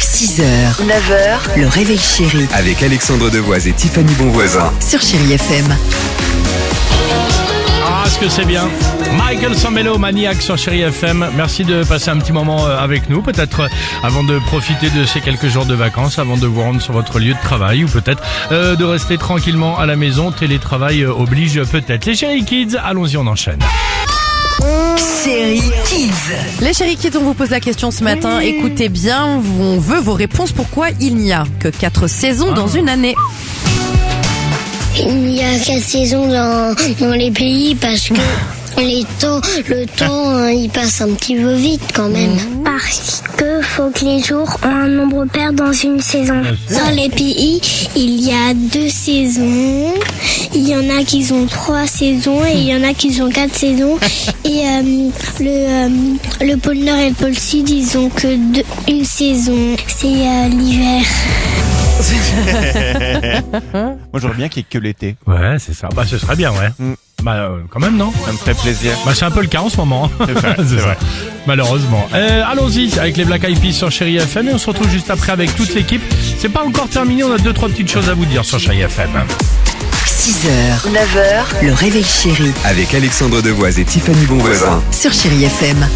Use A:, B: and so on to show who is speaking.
A: 6h, 9h, le réveil chéri
B: Avec Alexandre Devoise et Tiffany Bonvoisin.
A: sur Chéri FM.
C: Ah, ce que c'est bien. Michael Sambello, Maniac sur Chéri FM. Merci de passer un petit moment euh, avec nous. Peut-être euh, avant de profiter de ces quelques jours de vacances, avant de vous rendre sur votre lieu de travail ou peut-être euh, de rester tranquillement à la maison. Télétravail euh, oblige euh, peut-être. Les Chéri Kids, allons-y, on enchaîne.
A: Chéri Kids.
D: Les chéris kids, on vous pose la question ce matin. Écoutez bien, on veut vos réponses. Pourquoi il n'y a que quatre saisons dans une année
E: Il y a quatre saisons dans, dans les pays parce que les temps, le temps, hein, il passe un petit peu vite quand même. Parce que faut que les jours ont un nombre pair dans une saison. Dans les pays, il y a deux saisons. Il y en a qui ont trois saisons et il y en a qui ont quatre saisons. Et euh, le, euh, le pôle Nord et le pôle Sud, ils ont que deux- une saison. C'est euh, l'hiver.
F: Moi, j'aurais bien qu'il n'y ait que l'été.
C: Ouais, c'est ça. Bah, ce serait bien, ouais. Bah, euh, quand même, non
F: Mm. Ça me ferait plaisir.
C: Bah, c'est un peu le cas en ce moment. C'est ça. Malheureusement. Euh, Allons-y avec les Black Eyed Peas sur Chéri FM et on se retrouve juste après avec toute l'équipe. C'est pas encore terminé, on a deux trois petites choses à vous dire sur Chéri FM.
A: 6h, 9h, le réveil chéri
B: Avec Alexandre Devoise et Tiffany Bonvoisin.
A: sur Chéri FM.